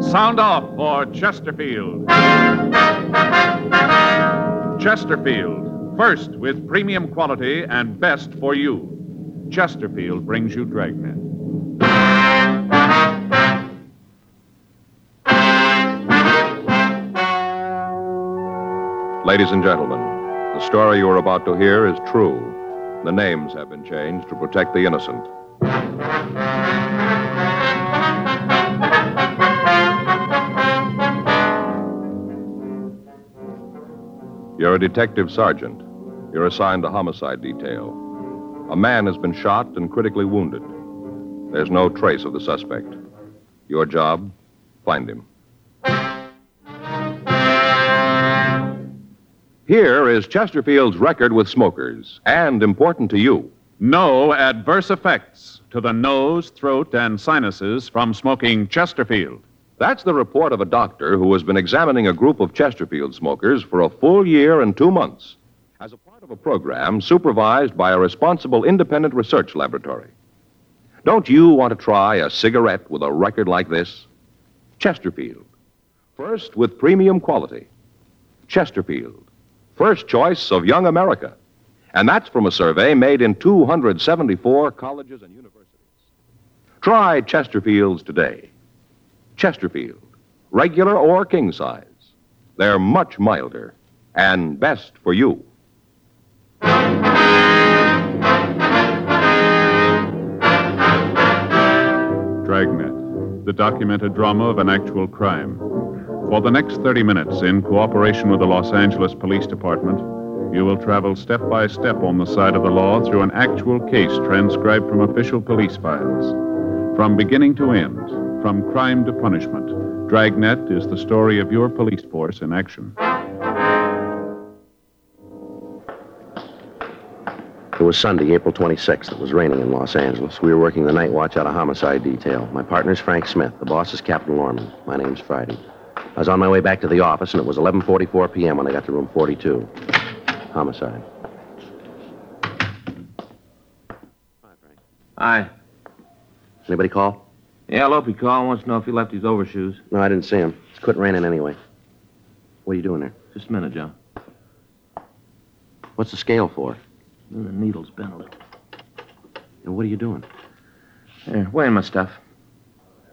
Sound off for Chesterfield. Chesterfield, first with premium quality and best for you. Chesterfield brings you Dragnet. Ladies and gentlemen, the story you are about to hear is true. The names have been changed to protect the innocent. You're a detective sergeant. You're assigned to homicide detail. A man has been shot and critically wounded. There's no trace of the suspect. Your job, find him. Here is Chesterfield's record with smokers, and important to you. No adverse effects to the nose, throat, and sinuses from smoking Chesterfield. That's the report of a doctor who has been examining a group of Chesterfield smokers for a full year and two months as a part of a program supervised by a responsible independent research laboratory. Don't you want to try a cigarette with a record like this? Chesterfield. First with premium quality. Chesterfield. First choice of young America. And that's from a survey made in 274 colleges and universities. Try Chesterfields today. Chesterfield, regular or king size. They're much milder and best for you. Dragnet, the documented drama of an actual crime. For the next 30 minutes, in cooperation with the Los Angeles Police Department, you will travel step by step on the side of the law through an actual case transcribed from official police files. From beginning to end, from crime to punishment, Dragnet is the story of your police force in action. It was Sunday, April 26th. It was raining in Los Angeles. We were working the night watch out of homicide detail. My partner's Frank Smith. The boss is Captain Lorman. My name's Friday. I was on my way back to the office, and it was 11:44 p.m. when I got to room 42. Homicide. Aye. Anybody call? Yeah, Lope called wants to know if he left his overshoes. No, I didn't see him. It's quit raining anyway. What are you doing there? Just a minute, John. What's the scale for? Then the needle's bent a little. And what are you doing? Here, weighing my stuff.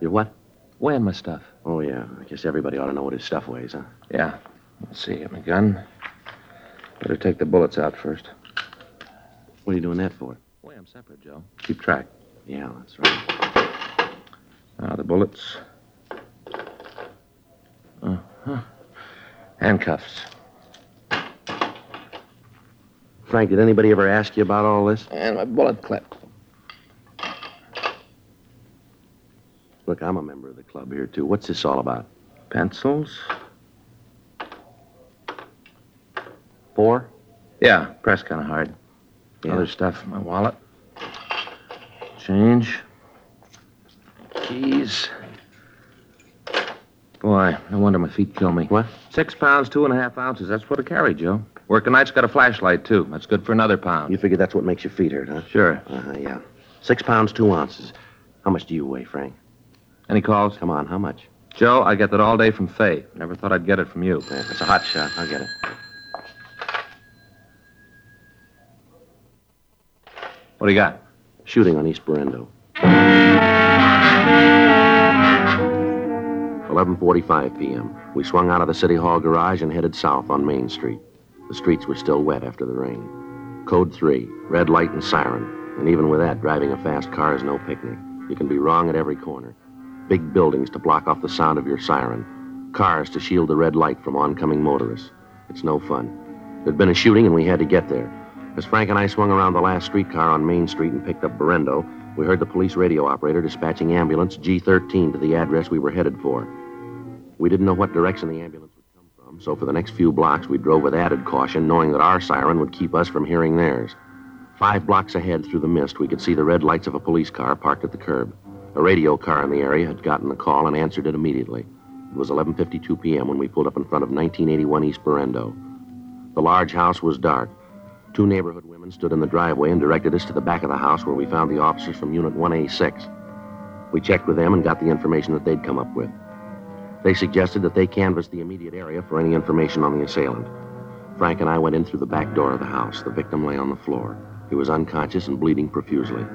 You're what? Weighing my stuff. Oh yeah. I guess everybody ought to know what his stuff weighs, huh? Yeah. Let's see, my gun. Better take the bullets out first. What are you doing that for? Weigh 'em separate, Joe. Keep track. Yeah, that's right. Now Ah, the bullets. Uh-huh. Handcuffs. Frank, did anybody ever ask you about all this? And my bullet clip. Look, I'm a member of the club here too. What's this all about? Pencils? Four? Yeah, press kind of hard. Yeah. Other stuff, my wallet. Change. Keys. Boy, no wonder my feet kill me. What? Six pounds, two and a half ounces. That's what I carry, Joe. Working night's got a flashlight, too. That's good for another pound. You figure that's what makes your feet hurt, huh? Sure. Uh-huh, yeah. Six pounds, two ounces. How much do you weigh, Frank? Any calls? Come on, how much? Joe, I get that all day from Faye. Never thought I'd get it from you. Yeah, it's a hot shot. I'll get it. What do you got? Shooting on East Berendo. 11:45 p.m. We swung out of the city hall garage and headed south on Main Street. The streets were still wet after the rain. Code 3, red light and siren. And even with that, driving a fast car is no picnic. You can be wrong at every corner. Big buildings to block off the sound of your siren. Cars to shield the red light from oncoming motorists. It's no fun. There'd been a shooting and we had to get there. As Frank and I swung around the last streetcar on Main Street and picked up Berendo, we heard the police radio operator dispatching ambulance G13 to the address we were headed for. We didn't know what direction the ambulance would come from, so for the next few blocks we drove with added caution, knowing that our siren would keep us from hearing theirs. Five blocks ahead through the mist, we could see the red lights of a police car parked at the curb. A radio car in the area had gotten the call and answered it immediately. It was 11:52 p.m. when we pulled up in front of 1981 East Berendo. The large house was dark. Two neighborhood women stood in the driveway and directed us to the back of the house where we found the officers from Unit 1A6. We checked with them and got the information that they'd come up with. They suggested that they canvass the immediate area for any information on the assailant. Frank and I went in through the back door of the house. The victim lay on the floor. He was unconscious and bleeding profusely.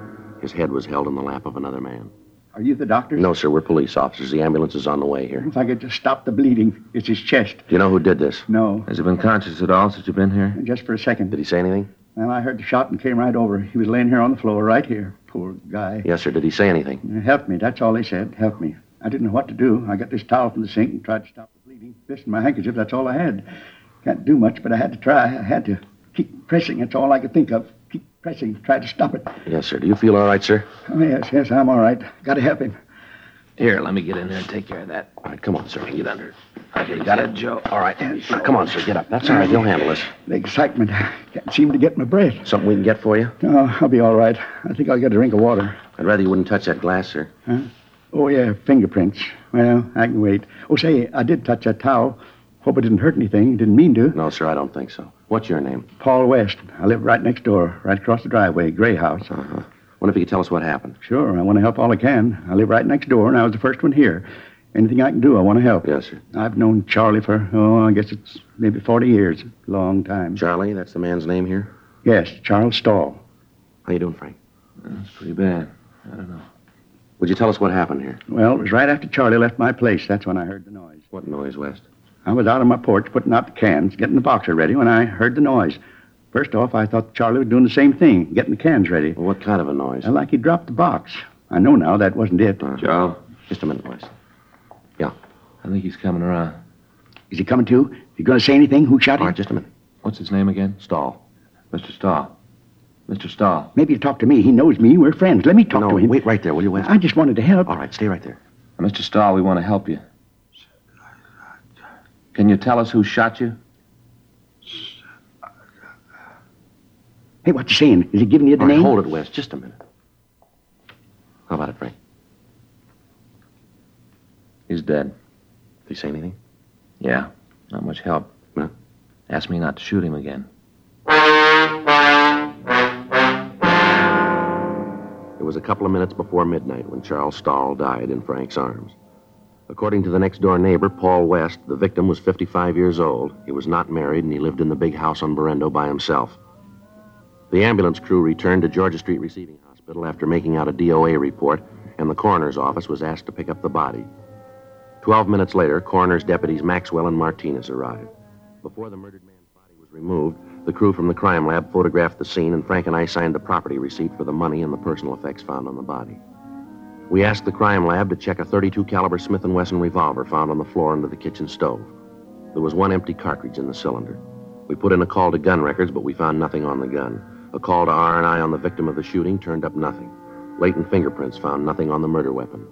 His head was held in the lap of another man. Are you the doctor? No, sir, we're police officers. The ambulance is on the way here. If I could just stop the bleeding, it's his chest. Do you know who did this? No, Has he been conscious at all since you've been here? just for a second. Did he say anything? Well, I heard the shot and came right over. He was laying here on the floor, right here. Poor guy. Yes, sir. Did he say anything? Help me. That's all they said. Help me. I didn't know what to do. I got this towel from the sink and tried to stop the bleeding. This and my handkerchief, that's all I had. Can't do much, but I had to try. I had to keep pressing. That's all I could think of. Keep pressing. Try to stop it. Yes, sir. Do you feel all right, sir? Oh, yes, yes, I'm all right. Got to help him. Here, let me get in there and take care of that. All right, come on, sir. Get under. Okay, got it, Joe. All right. Now, come on, sir. Get up. That's all right. You'll handle this. The excitement. Can't seem to get my breath. Something we can get for you? No, I'll be all right. I think I'll get a drink of water. I'd rather you wouldn't touch that glass, sir. Oh, yeah, fingerprints. Well, I can wait. Oh, say, I did touch that towel. Hope it didn't hurt anything. Didn't mean to. No, sir, I don't think so. What's your name? Paul West. I live right next door, right across the driveway, Gray House. Wonder if you could tell us what happened. Sure, I want to help all I can. I live right next door, and I was the first one here. Anything I can do, I want to help. Yes, sir. I've known Charlie for, oh, I guess it's maybe 40 years. Long time. Charlie, that's the man's name here. Yes, Charles Stahl. How you doing, Frank? That's pretty bad. Would you tell us what happened here? Well, it was right after Charlie left my place. That's when I heard the noise. What noise, West? I was out on my porch putting out the cans, getting the boxer ready, when I heard the noise. First off, I thought Charlie was doing the same thing, getting the cans ready. Well, what kind of a noise? Well, like he dropped the box. I know now that wasn't it. Joe, Just a minute, West. I think he's coming around. Is he coming to? You going to say anything? Who shot All him? right, just a minute. What's his name again? Stall. Mr. Stahl. Mr. Stahl. Maybe he'll talk to me. He knows me. We're friends. Let me talk no, to him. wait right there, will you, West? I just wanted to help. All right, stay right there. Mr. Stahl, we want to help you. Can you tell us who shot you? Hey, what you saying? Is he giving you the All right, name? hold it, West. Just a minute. How about it, Frank? He's dead. Did he say anything? Yeah. Not much help. No. Ask me not to shoot him again. It was a couple of minutes before midnight when Charles Stahl died in Frank's arms. According to the next door neighbor, Paul West, the victim was 55 years old. He was not married, and he lived in the big house on Berendo by himself. The ambulance crew returned to Georgia Street Receiving Hospital after making out a DOA report, and the coroner's office was asked to pick up the body. Twelve minutes later, coroner's deputies Maxwell and Martinez arrived. Before the murdered man's body was removed, the crew from the crime lab photographed the scene, and Frank and I signed the property receipt for the money and the personal effects found on the body. We asked the crime lab to check a 32 caliber Smith & Wesson revolver found on the floor under the kitchen stove. There was one empty cartridge in the cylinder. We put in a call to gun records, but we found nothing on the gun. A call to R&I on the victim of the shooting turned up nothing. Latent fingerprints found nothing on the murder weapon.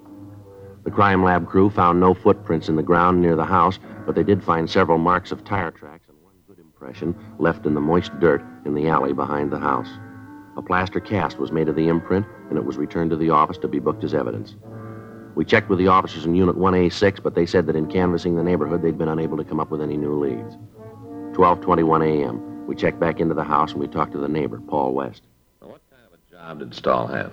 The crime lab crew found no footprints in the ground near the house, but they did find several marks of tire tracks and one good impression left in the moist dirt in the alley behind the house. A plaster cast was made of the imprint, and it was returned to the office to be booked as evidence. We checked with the officers in Unit 1A6, but they said that in canvassing the neighborhood, they'd been unable to come up with any new leads. 12:21 a.m. We checked back into the house and we talked to the neighbor, Paul West. What kind of a job did Stahl have?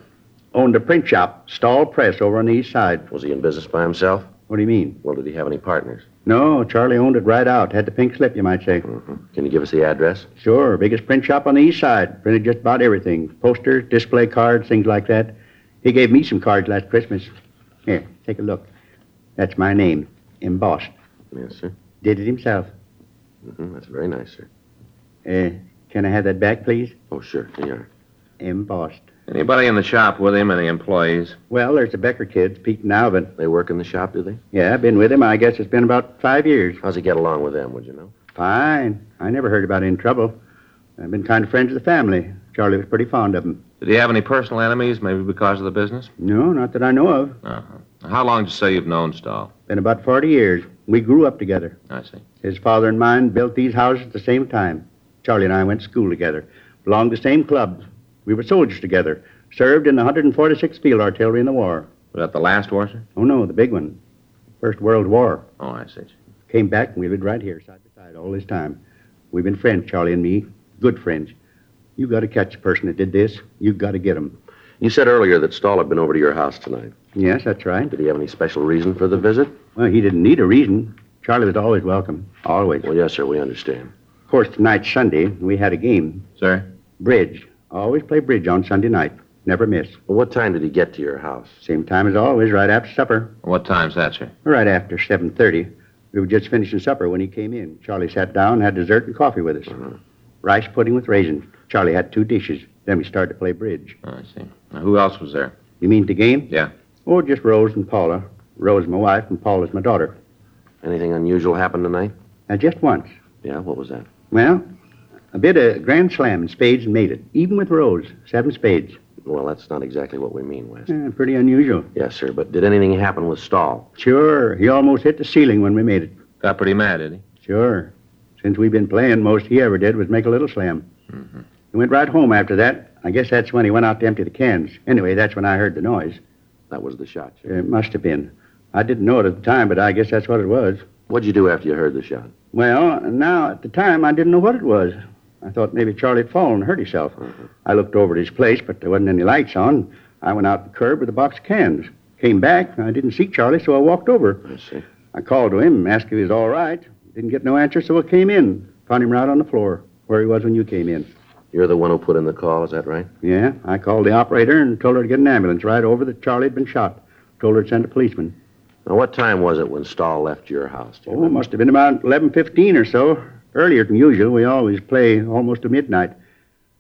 Owned a print shop, Stahl Press, over on the east side. Was he in business by himself? What do you mean? Well, did he have any partners? No, Charlie owned it right out. Had the pink slip, you might say. Can you give us the address? Sure, biggest print shop on the east side. Printed just about everything. Posters, display cards, things like that. He gave me some cards last Christmas. Here, take a look. That's my name, embossed. Yes, sir. Did it himself. hmm That's very nice, sir. Uh, can I have that back, please? Oh, sure. Here you are. Embossed. Anybody in the shop with him? Any employees? Well, there's the Becker kids, Pete and Alvin. They work in the shop, do they? Yeah, I've been with him, I guess it's been about five years. How's he get along with them, would you know? Fine. I never heard about any trouble. I've been kind of friends with the family. Charlie was pretty fond of him. Did he have any personal enemies, maybe because of the business? No, not that I know of. How long did you say you've known Stahl? Been about 40 years. We grew up together. I see. His father and mine built these houses at the same time. Charlie and I went to school together, belonged to the same clubs. We were soldiers together, served in the 146th Field Artillery in the war. Was that the last war, sir? Oh, no, the big one. First World War. Oh, I see. Came back and we lived right here, side by side, all this time. We've been friends, Charlie and me, good friends. You got to catch the person that did this. You got to get him. You said earlier that Stahl had been over to your house tonight. Yes, that's right. Did he have any special reason for the visit? Well, he didn't need a reason. Charlie was always welcome. Always. Well, yes, sir, we understand. Of course, tonight's Sunday, and we had a game. Sir? Bridge. Always play bridge on Sunday night. Never miss. Well, what time did he get to your house? Same time as always, right after supper. What time's that, sir? Right after 7.30. We were just finishing supper when he came in. Charlie sat down, had dessert and coffee with us. Rice pudding with raisins. Charlie had two dishes. Then we started to play bridge. Oh, I see. Now, who else was there? You mean the game? Yeah. Oh, just Rose and Paula. Rose is my wife and Paula's my daughter. Anything unusual happened tonight? Now, just once. Yeah, what was that? Well, I bid a grand slam in spades and made it, even with Rose. Seven spades. Well, that's not exactly what we mean, West. Eh, pretty unusual. Yes, sir, but did anything happen with Stahl? Sure, he almost hit the ceiling when we made it. Got pretty mad, did he? Sure. Since we've been playing, most he ever did was make a little slam. He went right home after that. I guess that's when he went out to empty the cans. Anyway, that's when I heard the noise. That was the shot, sir. It must have been. I didn't know it at the time, but I guess that's what it was. What'd you do after you heard the shot? Well, now at the time I didn't know what it was. I thought maybe Charlie had fallen and hurt himself. I looked over at his place, but there wasn't any lights on. I went out the curb with a box of cans. Came back, I didn't see Charlie, so I walked over. I see. I called to him, asked if he was all right. Didn't get no answer, so I came in. Found him right on the floor, where he was when you came in. You're the one who put in the call, is that right? Yeah, I called the operator and told her to get an ambulance right over that Charlie had been shot. Told her to send a policeman. Now, what time was it when Stahl left your house? Do you Oh, it remember? must have been about 11.15 or so. Earlier than usual. We always play almost to midnight.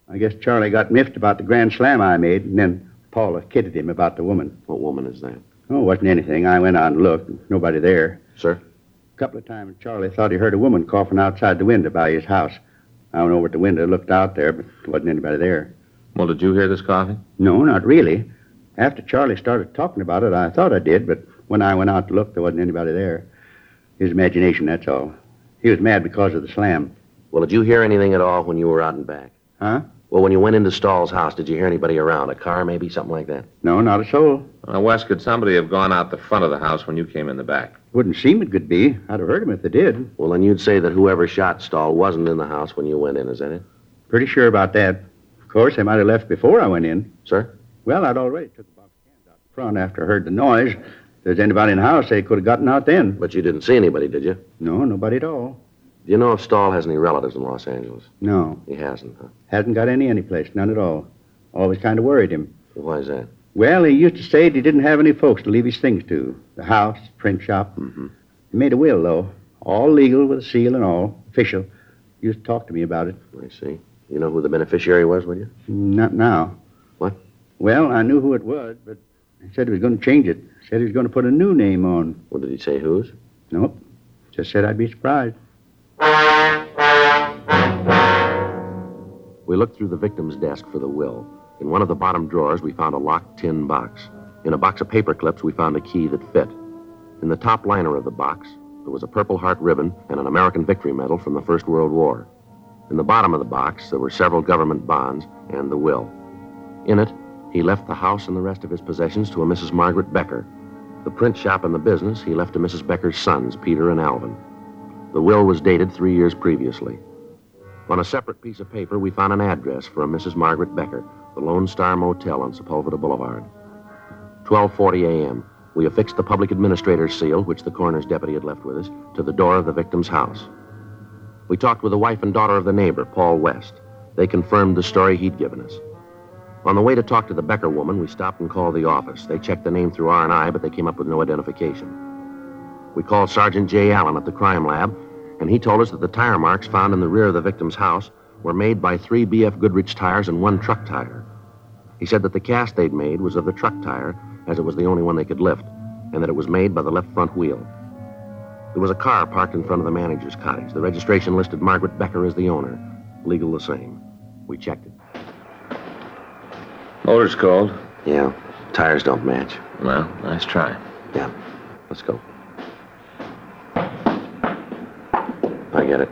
I guess Charlie got miffed about the grand slam I made, and then Paula kidded him about the woman. What woman is that? Oh, it wasn't anything. I went out and looked. Nobody there. Sir? A couple of times, Charlie thought he heard a woman coughing outside the window by his house. I went over at the window, looked out there, but there wasn't anybody there. Well, did you hear this coughing? No, not really. After Charlie started talking about it, I thought I did, but when I went out to look, there wasn't anybody there. His imagination, that's all. He was mad because of the slam. Well, did you hear anything at all when you were out and back? Huh? Well, when you went into Stahl's house, did you hear anybody around? A car, maybe? Something like that? No, not a soul. Now, Wes, could somebody have gone out the front of the house when you came in the back? Wouldn't seem it could be. I'd have heard him if they did. Well, then you'd say that whoever shot Stahl wasn't in the house when you went in, is that it? Pretty sure about that. Of course, they might have left before I went in. Sir? Well, I'd already took the box of cans out front after I heard the noise. If there's anybody in the house, they could have gotten out then. But you didn't see anybody, did you? Do No, nobody at all. you know if Stahl has any relatives in Los Angeles? No, He hasn't, huh? hasn't got any any place, none at all. Always kind of worried him. Why is that? Well, he used to say that he didn't have any folks to leave his things to. The house, print shop. Mm-hmm. He made a will, though. All legal, with a seal and all. Official. Used to talk to me about it. I see. You know who the beneficiary was, will you? Not now. What? Well, I knew who it was, but he said he was going to change it. Said he was going to put a new name on. What did he say whose? Nope. Just said I'd be surprised. We looked through the victim's desk for the will. In one of the bottom drawers, we found a locked tin box. In a box of paper clips, we found a key that fit. In the top liner of the box, there was a Purple Heart ribbon and an American Victory Medal from the First World War. In the bottom of the box, there were several government bonds and the will. In it, he left the house and the rest of his possessions to a Mrs. Margaret Becker. The print shop and the business he left to Mrs. Becker's sons, Peter and Alvin. The will was dated three years previously. On a separate piece of paper, we found an address for a Mrs. Margaret Becker, the Lone Star Motel on Sepulveda Boulevard. 12:40 a.m. We affixed the public administrator's seal, which the coroner's deputy had left with us, to the door of the victim's house. We talked with the wife and daughter of the neighbor, Paul West. They confirmed the story he'd given us. On the way to talk to the Becker woman, we stopped and called the office. They checked the name through R&I, but they came up with no identification. We called Sergeant J. Allen at the crime lab, and he told us that the tire marks found in the rear of the victim's house were made by three B.F. Goodrich tires and one truck tire. He said that the cast they'd made was of the truck tire, as it was the only one they could lift, and that it was made by the left front wheel. There was a car parked in front of the manager's cottage. The registration listed Margaret Becker as the owner. Legal the same. We checked it. Motor's cold. Yeah, tires don't match. Well, nice try. Yeah, let's go. I get it.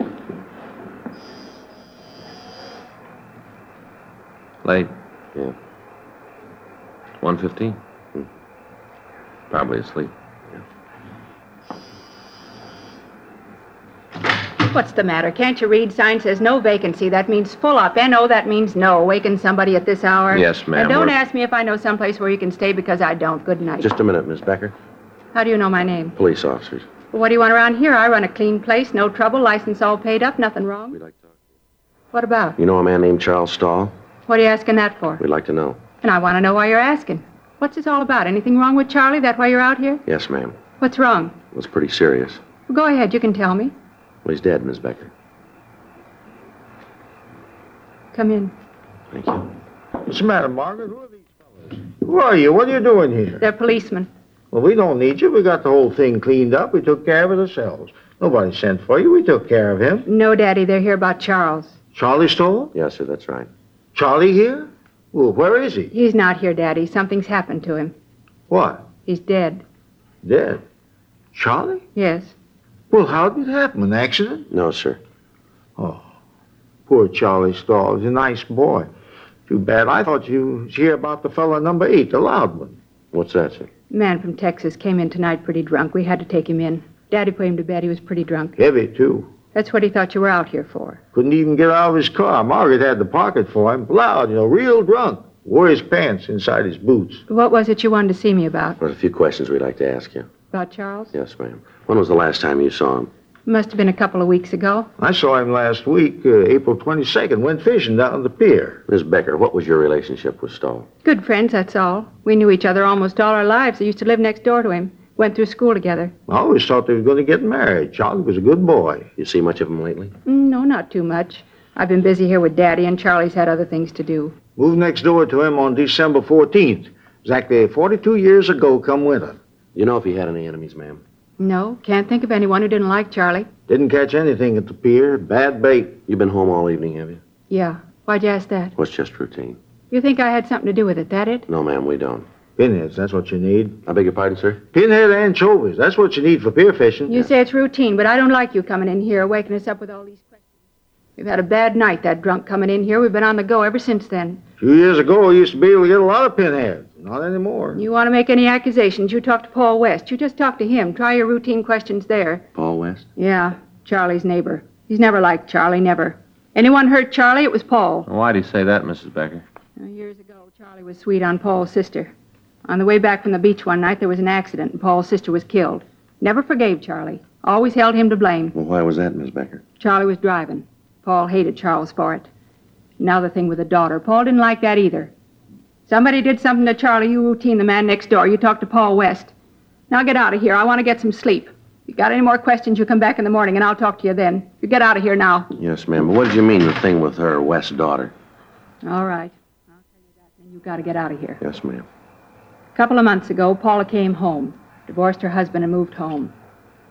Late. Yeah. 1.15. Hmm. Probably asleep. What's the matter? Can't you read? Sign says no vacancy. That means full up. N.O. That means no. Waken somebody at this hour. Yes, ma'am, And don't we're- ask me if I know someplace where you can stay because I don't. Good night. Just a minute, Miss Becker. How do you know my name? Police officers. What do you want around here? I run a clean place. No trouble. License all paid up. Nothing wrong. We'd like to. What about? You know a man named Charles Stahl? What are you asking that for? We'd like to know. And I want to know why you're asking. What's this all about? Anything wrong with Charlie? That why you're out here? Yes, ma'am. What's wrong? It was pretty serious. Well, go ahead. You can tell me. Well, he's dead, Miss Becker. Come in. Thank you. What's the matter, Margaret? Who are these fellas? Who are you? What are you doing here? They're policemen. Well, we don't need you. We got the whole thing cleaned up. We took care of it ourselves. Nobody sent for you. We took care of him. No, Daddy. They're here about Charles. Charlie Stoll? Yes, sir, that's right. Charlie here? Well, where is he? He's not here, Daddy. Something's happened to him. What? He's dead. Dead. Charlie? Yes. Well, how did it happen? An accident? No, sir. Poor Charlie Stoll. He's a nice boy. Too bad. I thought you was here about the fellow number eight, the loud one. What's that, sir? Man from Texas came in tonight pretty drunk. We had to take him in. Daddy put him to bed. He was pretty drunk. Heavy, too. That's what he thought you were out here for. Couldn't even get out of his car. Margaret had the pocket for him. Loud, you know, real drunk. Wore his pants inside his boots. What was it you wanted to see me about? Well, a few questions we'd like to ask you. About Charles? Yes, ma'am. When was the last time you saw him? Must have been a couple of weeks ago. I saw him last week, uh, April 22nd, went fishing down at the pier. Miss Becker, what was your relationship with Stahl? Good friends, that's all. We knew each other almost all our lives. I used to live next door to him. Went through school together. I always thought they were going to get married. Charlie was a good boy. You see much of him lately? Mm, No, not too much. I've been busy here with Daddy, and Charlie's had other things to do. Moved next door to him on December 14th, exactly 42 years ago come winter. You know if he had any enemies, ma'am? No, can't think of anyone who didn't like Charlie. Didn't catch anything at the pier. Bad bait. You've been home all evening, have you? Yeah. Why'd you ask that? What's just routine? You think I had something to do with it, that it? No, ma'am, we don't. Pinheads, that's what you need. I beg your pardon, sir? Pinhead anchovies, that's what you need for pier fishing. You say it's routine, but I don't like you coming in here, waking us up with all these questions. We've had a bad night, that drunk coming in here. We've been on the go ever since then. A few years ago, we used to be able to get a lot of pinheads. Not anymore. You want to make any accusations, you talk to Paul West. You just talk to him. Try your routine questions there. Paul West? Yeah, Charlie's neighbor. He's never liked Charlie, never. Anyone hurt Charlie, it was Paul. Why'd he say that, Mrs. Becker? Uh, Years ago, Charlie was sweet on Paul's sister. On the way back from the beach one night, there was an accident, and Paul's sister was killed. Never forgave Charlie. Always held him to blame. Well, why was that, Miss Becker? Charlie was driving. Paul hated Charles for it. Now the thing with the daughter. Paul didn't like that either. Somebody did something to Charlie. You routine the man next door. You talk to Paul West. Now get out of here. I want to get some sleep. You got any more questions, you come back in the morning and I'll talk to you then. You get out of here now. Yes, ma'am. But what did you mean, the thing with her West's daughter? All right. I'll tell you that. Then you got to get out of here. Yes, ma'am. A couple of months ago, Paula came home, divorced her husband, and moved home.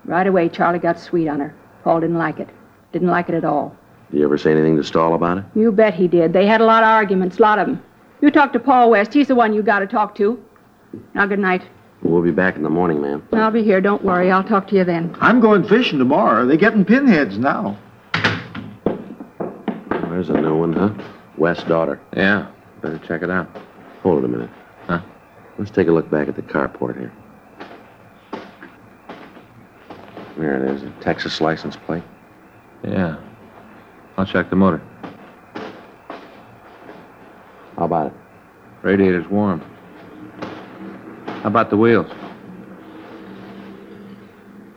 Right away, Charlie got sweet on her. Paul didn't like it. Didn't like it at all. Did you ever say anything to Stahl about it? You bet he did. They had a lot of arguments, a lot of them. You talk to Paul West. He's the one you got to talk to. Now, good night. We'll be back in the morning, ma'am. I'll be here. Don't worry. I'll talk to you then. I'm going fishing tomorrow. They're getting pinheads now. There's a new one, huh? West's daughter. Yeah. Better check it out. Hold it a minute. Huh? Let's take a look back at the carport here. There it is, a Texas license plate. Yeah. I'll check the motor. How about it? Radiator's warm. How about the wheels?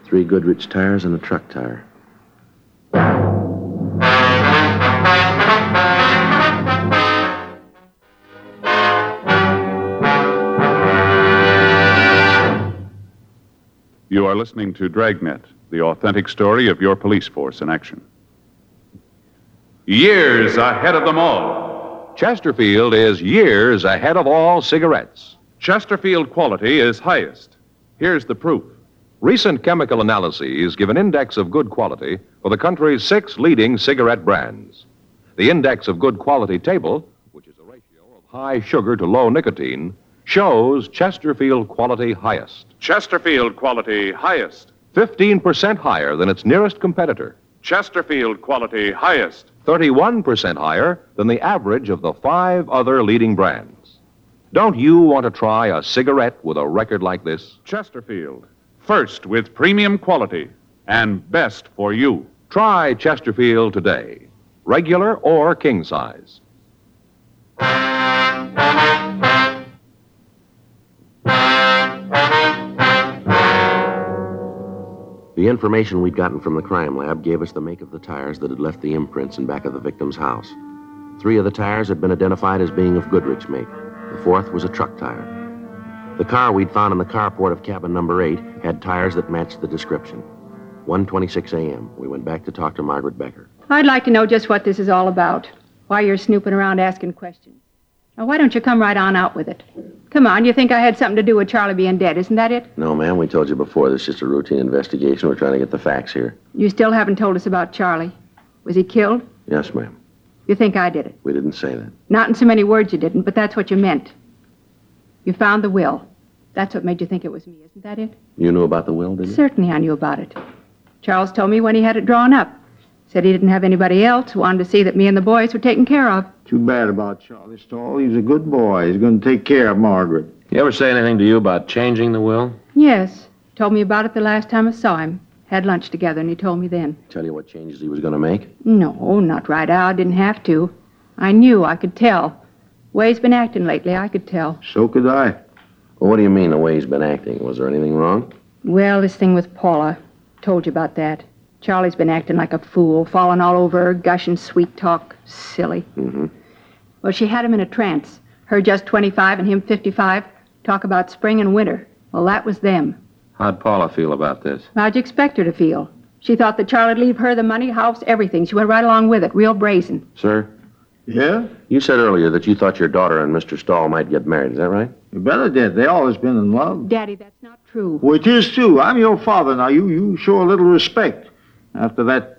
Three Goodrich tires and a truck tire. You are listening to Dragnet, the authentic story of your police force in action. Years ahead of them all. Chesterfield is years ahead of all cigarettes. Chesterfield quality is highest. Here's the proof. Recent chemical analyses give an index of good quality for the country's six leading cigarette brands. The index of good quality table, which is a ratio of high sugar to low nicotine, shows Chesterfield quality highest, Chesterfield quality highest. 15% higher than its nearest competitor, Chesterfield quality highest. 31% higher than the average of the five other leading brands. Don't you want to try a cigarette with a record like this? Chesterfield, first with premium quality and best for you. Try Chesterfield today, regular or king size. The information we'd gotten from the crime lab gave us the make of the tires that had left the imprints in back of the victim's house. Three of the tires had been identified as being of Goodrich make. The fourth was a truck tire. The car we'd found in the carport of cabin number eight had tires that matched the description. 1:26 a.m. We went back to talk to Margaret Becker. I'd like to know just what this is all about. Why you're snooping around asking questions. Now, why don't you come right on out with it? Come on, you think I had something to do with Charlie being dead, isn't that it? No, ma'am, we told you before. This is just a routine investigation. We're trying to get the facts here. You still haven't told us about Charlie. Was he killed? Yes, ma'am. You think I did it. We didn't say that. Not in so many words you didn't, but that's what you meant. You found the will. That's what made you think it was me, isn't that it? You knew about the will, didn't you? Certainly I knew about it. Charles told me when he had it drawn up. Said he didn't have anybody else, wanted to see that me and the boys were taken care of. Too bad about Charlie Stahl. He's a good boy. He's going to take care of Margaret. He ever say anything to you about changing the will? Yes. Told me about it the last time I saw him. Had lunch together, and he told me then. Tell you what changes he was going to make? No, not right out. Didn't have to. I knew. I could tell. Way's been acting lately. I could tell. So could I. Well, what do you mean the way he's been acting? Was there anything wrong? Well, this thing with Paula. Told you about that. Charlie's been acting like a fool, falling all over her, gushing sweet talk. Silly. Mm-hmm. Well, she had him in a trance. Her just 25 and him 55. Talk about spring and winter. Well, that was them. How'd Paula feel about this? How'd you expect her to feel? She thought that Charlie'd leave her the money, house, everything. She went right along with it, real brazen. Sir, Yeah? you said earlier that you thought your daughter and Mr. Stahl might get married. Is that right? You better did. They always been in love. Daddy, that's not true. Which is true. I'm your father now. You, you show a little respect. After that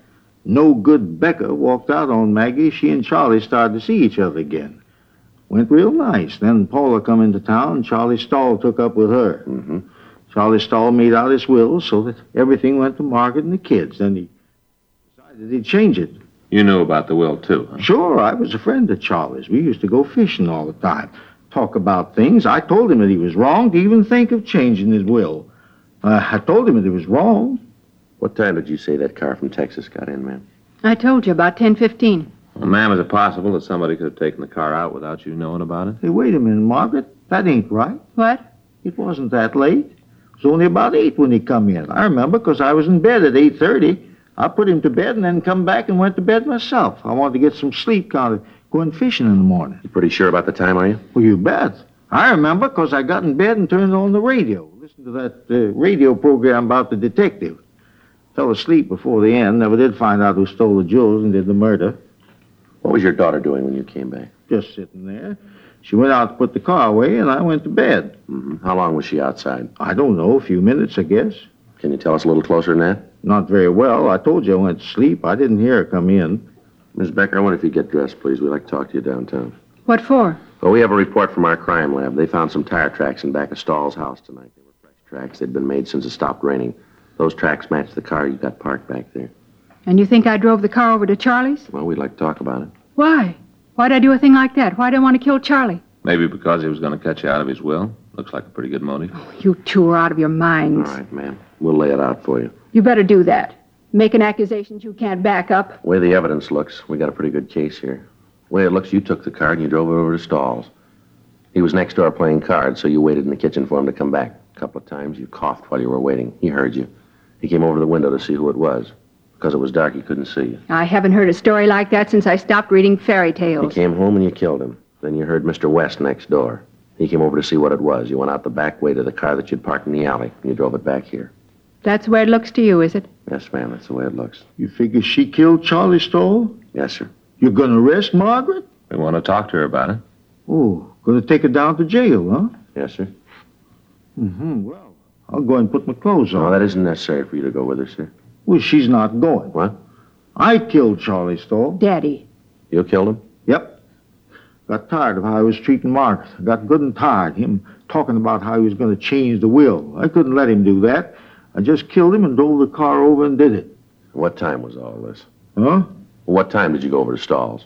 no good Becker walked out on Maggie, she and Charlie started to see each other again. Went real nice. Then Paula come into town. Charlie Stahl took up with her. Mm-hmm. Charlie Stahl made out his will so that everything went to Margaret and the kids. Then he decided he'd change it. You knew about the will, too. huh? Sure, I was a friend of Charlie's. We used to go fishing all the time, talk about things. I told him that he was wrong to even think of changing his will. Uh, I told him that it was wrong. What time did you say that car from Texas got in, ma'am? I told you about 1015. Well, ma'am, is it possible that somebody could have taken the car out without you knowing about it? Hey, wait a minute, Margaret. That ain't right. What? It wasn't that late. It was only about eight when he come in. I remember 'cause I was in bed at eight thirty. I put him to bed and then come back and went to bed myself. I wanted to get some sleep, kind of going fishing in the morning. You pretty sure about the time, are you? Well, you bet. I remember 'cause I got in bed and turned on the radio. Listened to that uh, radio program about the detective. Fell asleep before the end. Never did find out who stole the jewels and did the murder. What was your daughter doing when you came back? Just sitting there. She went out to put the car away, and I went to bed. Mm-hmm. How long was she outside? I don't know, a few minutes, I guess. Can you tell us a little closer than that? Not very well. I told you I went to sleep. I didn't hear her come in. Miss Becker, I wonder if you'd get dressed, please. We'd like to talk to you downtown. What for? Well, we have a report from our crime lab. They found some tire tracks in back of Stahl's house tonight. They were fresh tracks. They'd been made since it stopped raining. Those tracks matched the car you got parked back there. And you think I drove the car over to Charlie's? Well, we'd like to talk about it. Why? Why'd I do a thing like that? Why'd I want to kill Charlie? Maybe because he was going to cut you out of his will? Looks like a pretty good motive. Oh, You two are out of your All minds. right, ma'am. We'll lay it out for you. You better do that. Making accusations you can't back up. way the evidence looks, we got a pretty good case here. way it looks, you took the car and you drove it over to Stahl's. He was next door playing cards, so you waited in the kitchen for him to come back. A couple of times you coughed while you were waiting. He heard you. He came over to the window to see who it was. Because it was dark, he couldn't see you. I haven't heard a story like that since I stopped reading fairy He tales. came home and you killed him. Then you heard Mr. West next door. He came over to see what it was. You went out the back way to the car that you'd parked in the alley, and you drove it back here. That's the way it looks to you, is it? Yes, ma'am, that's the way it looks. You figure she killed Charlie Stoll? Yes, sir. You're going to arrest Margaret? We want to talk to her about it. Oh, going to take her down to jail, huh? Yes, sir. Mm-hmm. Well, I'll go and put my clothes on. No, that isn't necessary for you to go with her, sir. Well, she's not going. What? I killed Charlie Stoll. Daddy. You killed him? Yep. Got tired of how I was treating Margaret. Got good and tired. Him talking about how he was going to change the will. I couldn't let him do that. I just killed him and drove the car over and did it. What time was all this? Huh? What time did you go over to Stahl's?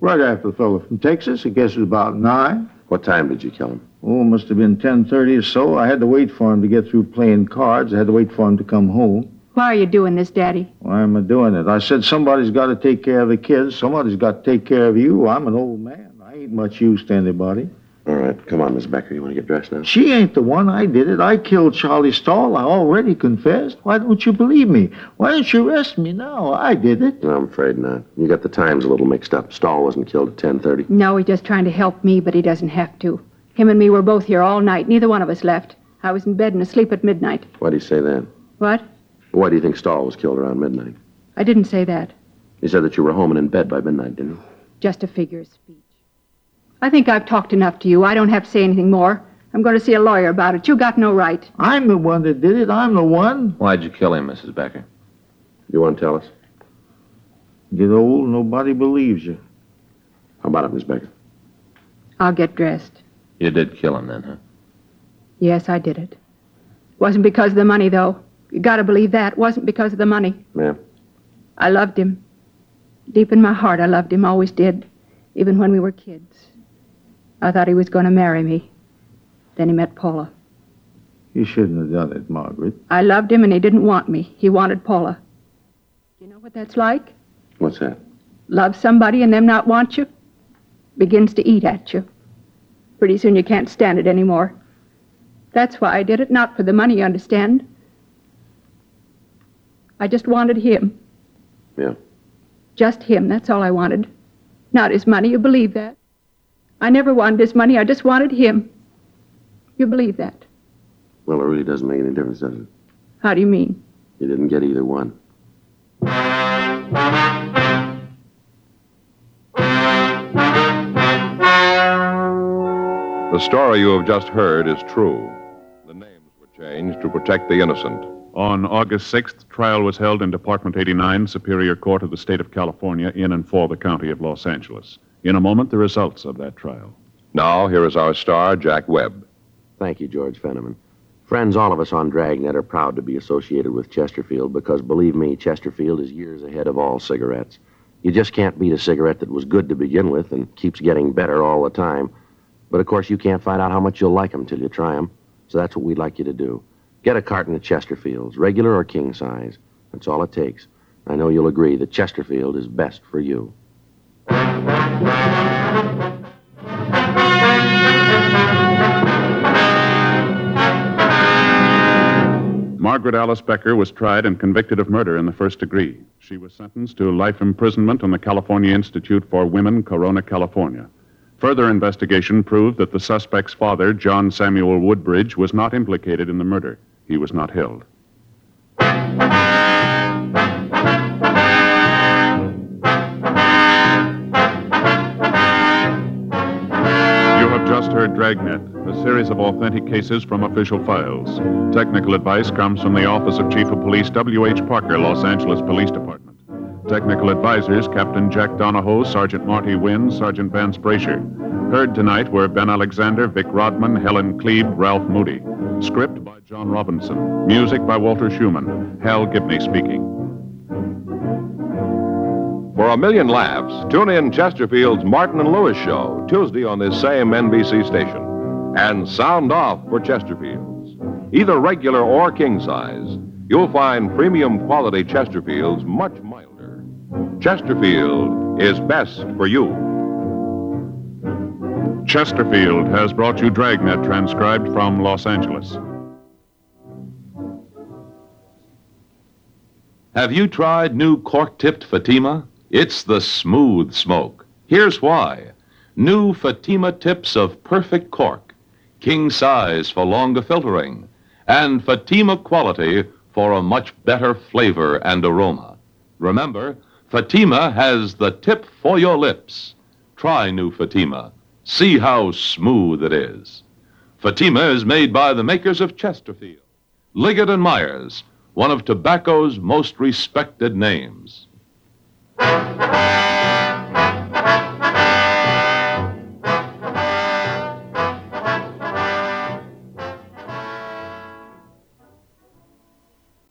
Right after the fellow from Texas. I guess it was about nine. What time did you kill him? Oh, it must have been ten thirty or so. I had to wait for him to get through playing cards. I had to wait for him to come home. Why are you doing this, Daddy? Why am I doing it? I said somebody's got to take care of the kids. Somebody's got to take care of you. I'm an old man. I ain't much use to anybody. All right, come on, Miss Becker. You want to get dressed now? She ain't the one. I did it. I killed Charlie Stahl. I already confessed. Why don't you believe me? Why don't you arrest me now? I did it. No, I'm afraid not. You got the times a little mixed up. Stahl wasn't killed at 10:30. No, he's just trying to help me, but he doesn't have to. Him and me were both here all night. Neither one of us left. I was in bed and asleep at midnight. Why do you say that? What? Why do you think Stahl was killed around midnight? I didn't say that. You said that you were home and in bed by midnight, didn't you? Just a figure of speech. I think I've talked enough to you. I don't have to say anything more. I'm going to see a lawyer about it. You got no right. I'm the one that did it. I'm the one. Why'd you kill him, Mrs. Becker? You want to tell us? Get old, nobody believes you. How about it, Miss Becker? I'll get dressed. You did kill him then, huh? Yes, I did it. Wasn't because of the money, though. You got to believe that. Wasn't because of the money. Ma'am, I loved him. Deep in my heart, I loved him, always did, even when we were kids. I thought he was going to marry me. Then he met Paula. You shouldn't have done it, Margaret. I loved him, and he didn't want me. He wanted Paula. You know what that's like? what's that? Love somebody and them not want you? Begins to eat at you. Pretty soon you can't stand it anymore. That's why I did it, not for the money, you understand. I just wanted him. Yeah. Just him, that's all I wanted. Not his money, you believe that? I never wanted his money, I just wanted him. You believe that? Well, it really doesn't make any difference, does it? How do you mean? You didn't get either one. The story you have just heard is true. The names were changed to protect the innocent. On August 6th, trial was held in Department 89, Superior Court of the State of California, in and for the County of Los Angeles. In a moment, the results of that trial. Now, here is our star, Jack Webb. Thank you, George Fenneman. Friends, all of us on Dragnet are proud to be associated with Chesterfield because, believe me, Chesterfield is years ahead of all cigarettes. You just can't beat a cigarette that was good to begin with and keeps getting better all the time. But of course, you can't find out how much you'll like 'em till you try 'em. So that's what we'd like you to do. Get a carton of Chesterfields, regular or king size. That's all it takes. I know you'll agree that Chesterfield is best for you. Margaret Alice Becker was tried and convicted of murder in the first degree. She was sentenced to life imprisonment in the California Institute for Women, Corona, California. Further investigation proved that the suspect's father, John Samuel Woodbridge, was not implicated in the murder. He was not held. You have just heard Dragnet, a series of authentic cases from official files. Technical advice comes from the Office of Chief of Police W.H. Parker, Los Angeles Police Department. Technical advisors Captain Jack Donahoe, Sergeant Marty Wynn, Sergeant Vance Brasher. Heard tonight were Ben Alexander, Vic Rodman, Helen Klebe, Ralph Moody. Script by John Robinson. Music by Walter Schumann. Hal Gibney speaking. For a million laughs, tune in Chesterfield's Martin and Lewis show Tuesday on this same NBC station. And sound off for Chesterfields. Either regular or king size, you'll find premium quality Chesterfields much milder. Chesterfield is best for you. Chesterfield has brought you Dragnet transcribed from Los Angeles. Have you tried new cork tipped Fatima? It's the smooth smoke. Here's why new Fatima tips of perfect cork, king size for longer filtering, and Fatima quality for a much better flavor and aroma. Remember, Fatima has the tip for your lips. Try new Fatima. See how smooth it is. Fatima is made by the makers of Chesterfield, Liggett and Myers, one of tobacco's most respected names.